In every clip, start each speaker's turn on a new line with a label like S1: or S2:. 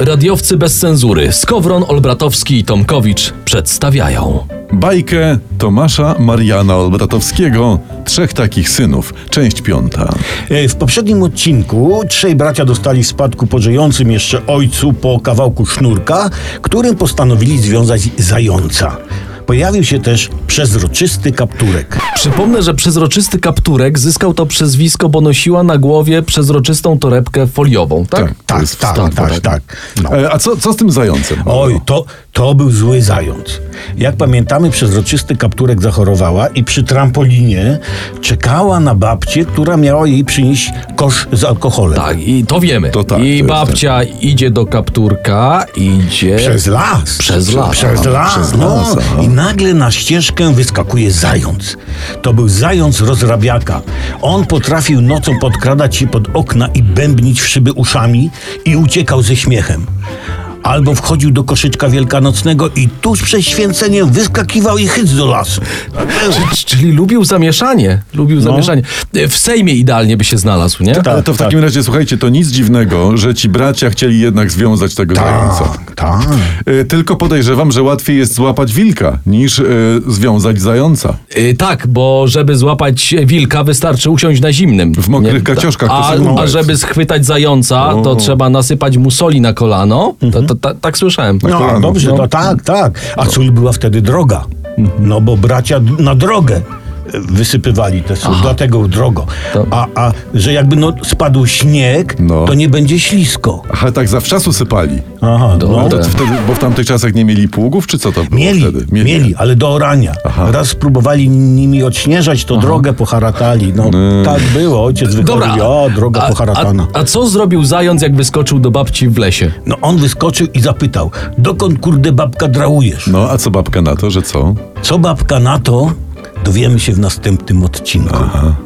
S1: Radiowcy bez cenzury Skowron, Olbratowski i Tomkowicz przedstawiają.
S2: Bajkę Tomasza Mariana Olbratowskiego, Trzech takich synów, część piąta.
S3: E, W poprzednim odcinku trzej bracia dostali w spadku po żyjącym jeszcze ojcu po kawałku sznurka, którym postanowili związać zająca. Pojawił się też przezroczysty kapturek.
S1: Przypomnę, że przezroczysty kapturek zyskał to przezwisko, bo nosiła na głowie przezroczystą torebkę foliową, tak?
S2: To
S3: Tak,
S2: jest
S3: tak,
S2: wstęp,
S3: tak, tak. No.
S2: E, A co, co z tym zającem?
S3: Oj, to, to był zły zając. Jak pamiętamy, przezroczysty kapturek zachorowała i przy trampolinie czekała na babcię, która miała jej przynieść kosz z alkoholem.
S1: Tak, i to wiemy.
S2: To tak, to
S1: I
S2: jest
S1: babcia idzie do kapturka, idzie...
S3: Przez las.
S1: Przez las.
S3: Przez las.
S2: Przez las,
S3: no.
S2: aha.
S3: I nagle na ścieżkę wyskakuje zając. To był zając rozrabiaka. On potrafił nocą podkradać się pod okna i bębnić w szyby uszami i uciekał ze śmiechem. Albo wchodził do koszyczka wielkanocnego i tuż przed święceniem wyskakiwał i chyc do lasu.
S1: Czy- Czyli lubił zamieszanie. Lubił
S2: No.
S1: zamieszanie. W Sejmie idealnie by się znalazł, nie?
S3: tak,
S2: Ale E, to w takim razie, słuchajcie, to nic dziwnego, że ci bracia chcieli jednak związać tego zająca.
S3: tak.
S2: E, Tylko podejrzewam, że łatwiej jest złapać wilka, niż e, związać zająca.
S1: Y, tak, bo żeby złapać wilka, wystarczy usiąść na zimnym.
S2: W mokrych kacioszkach to
S1: A,
S2: są
S1: a
S2: numer.
S1: żeby schwytać zająca, to trzeba nasypać mu soli na kolano. To, to, ta- tak słyszałem.
S3: No
S2: kolano.
S3: dobrze,
S2: Mhm. No.
S3: no tak, tak. A sól była wtedy droga. No bo bracia d- na drogę e, wysypywali te sól, dlatego drogo.
S1: To-
S3: A, a że jakby no spadł śnieg,
S2: No.
S3: to nie będzie ślisko.
S2: Aha, tak zawczasu sypali.
S3: Aha,
S1: Dobra.
S3: no.
S2: To wtedy, bo w tamtych czasach nie mieli pługów, czy co to było
S3: Mieli,
S2: wtedy?
S3: mieli, ale do orania.
S2: Aha.
S3: Raz spróbowali nimi odśnieżać, to drogę poharatali. No tak było, ojciec
S1: Dobra.
S3: wychodził, o, droga
S1: a,
S3: poharatana.
S1: a, a co zrobił zając, jak wyskoczył do babci w lesie?
S3: No on wyskoczył i zapytał, dokąd kurde babka drałujesz?
S2: No, a co babka na to, że co?
S3: Co babka na to? Dowiemy się w następnym odcinku.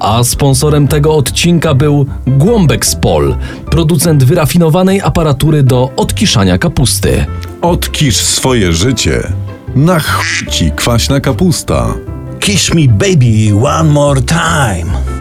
S1: A sponsorem tego odcinka był Głąbek z Pol, producent wyrafinowanej aparatury do odkiszania kapusty.
S2: Odkisz swoje życie. Na ch... ci kwaśna kapusta.
S3: Kiss me baby one more time.